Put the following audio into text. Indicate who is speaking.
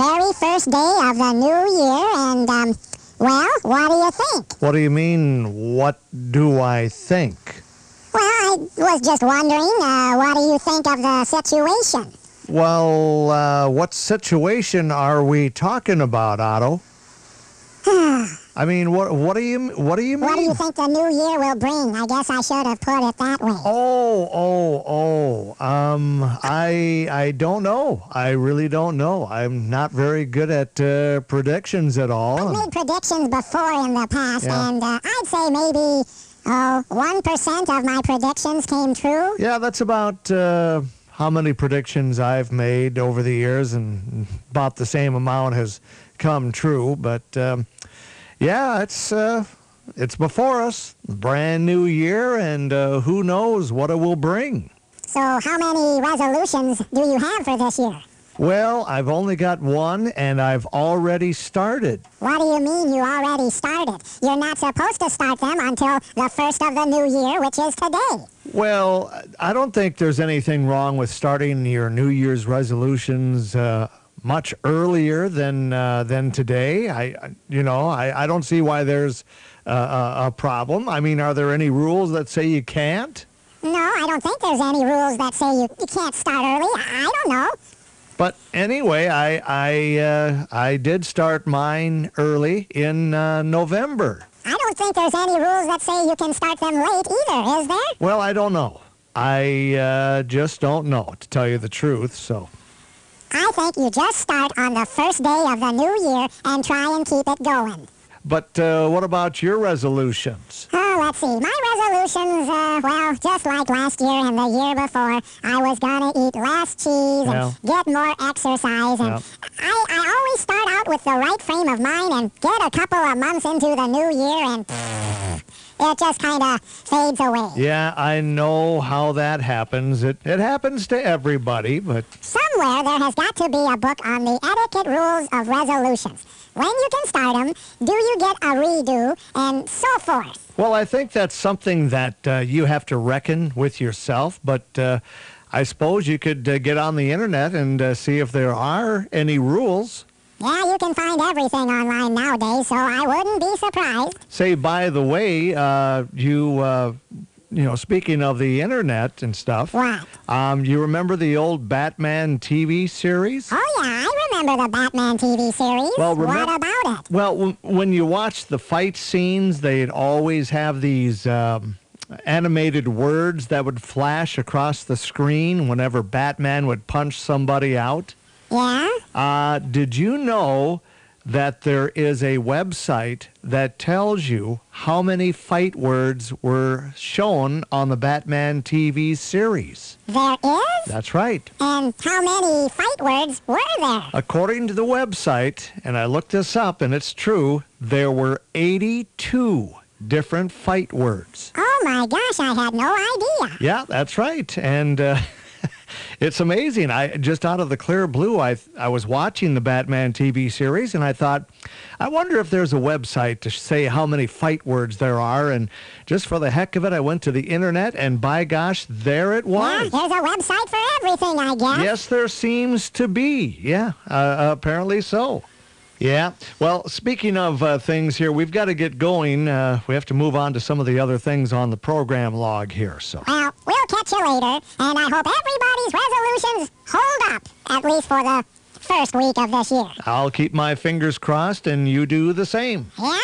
Speaker 1: first day of the new year, and, um, well, what do you think?
Speaker 2: What do you mean, what do I think?
Speaker 1: Well, I was just wondering, uh, what do you think of the situation?
Speaker 2: Well, uh, what situation are we talking about, Otto? I mean, what what do you what do you mean?
Speaker 1: What do you think the new year will bring? I guess I should have put it that way.
Speaker 2: Oh, oh, oh. Um, I I don't know. I really don't know. I'm not very good at uh, predictions at all.
Speaker 1: Made predictions before in the past,
Speaker 2: Yeah.
Speaker 1: and uh, I'd say maybe, oh, 1% of my predictions came true.
Speaker 2: Yeah, that's about uh, how many predictions I've made over the years, and about the same amount has come true. But um, yeah, it's uh, it's before us, brand new year, and uh, who knows what it will bring.
Speaker 1: So, how many resolutions do you have for this year?
Speaker 2: Well, I've only got one, and I've already started.
Speaker 1: What do you mean you already started? You're not supposed to start them until the first of the new year, which is today.
Speaker 2: Well, I don't think there's anything wrong with starting your New Year's resolutions uh, much earlier than uh, than today. I, I- you know, I, I don't see why there's uh, a, a problem. I mean, are there any rules that say you can't?
Speaker 1: No, I don't think there's any rules that say you, you can't start early. I, I don't know.
Speaker 2: But anyway, I I uh, I did start mine early in uh, November.
Speaker 1: I don't think there's any rules that say you can start them late either, is there?
Speaker 2: Well, I don't know. I uh, just don't know, to tell you the truth. So.
Speaker 1: I think you just start on the first day of the new year and try and keep it going.
Speaker 2: But uh, what about your resolutions?
Speaker 1: Oh, let's see. My resolutions, uh, well, just like last year and the year before, I was gonna eat less cheese and get more exercise. And
Speaker 2: Yeah.
Speaker 1: I, I always start out with the right frame of mind and get a couple of months into the new year and it just kind of fades away.
Speaker 2: Yeah, I know how that happens. It it happens to everybody, but
Speaker 1: Somewhere there has got to be a book on the etiquette rules of resolutions. When you can start them, do you get a redo, and so forth.
Speaker 2: well, I think that's something that uh, you have to reckon with yourself. But uh, I suppose you could uh, get on the internet and uh, see if there are any rules.
Speaker 1: Yeah, you can find everything online nowadays, so I wouldn't be surprised.
Speaker 2: Say, by the way, uh, you uh, you know, speaking of the internet and stuff,
Speaker 1: What?
Speaker 2: um, you remember the old Batman TV series?
Speaker 1: Oh yeah, I remember the Batman TV series.
Speaker 2: Well, remem-
Speaker 1: what about it?
Speaker 2: Well, w- when you watch the fight scenes, they'd always have these um, animated words that would flash across the screen whenever Batman would punch somebody out.
Speaker 1: Yeah?
Speaker 2: Uh, did you know that there is a website that tells you how many fight words were shown on the Batman TV series?
Speaker 1: There is?
Speaker 2: That's right.
Speaker 1: And how many fight words were there?
Speaker 2: According to the website, and I looked this up and it's true, there were 82 different fight words.
Speaker 1: Oh my gosh, I had no idea.
Speaker 2: Yeah, that's right. And uh, it's amazing. I just out of the clear blue, I I was watching the Batman TV series and I thought, I wonder if there's a website to say how many fight words there are and just for the heck of it, I went to the internet and by gosh, there it
Speaker 1: Yeah,
Speaker 2: was.
Speaker 1: there's a website for everything, I guess.
Speaker 2: Yes, there seems to be. Yeah, uh, apparently so. Yeah. Well, speaking of uh, things here, we've got to get going. Uh, we have to move on to some of the other things on the program log here. So,
Speaker 1: Well, we'll catch you later, and I hope everybody's resolutions hold up, at least for the first week of this year.
Speaker 2: I'll keep my fingers crossed, and you do the same.
Speaker 1: Yeah?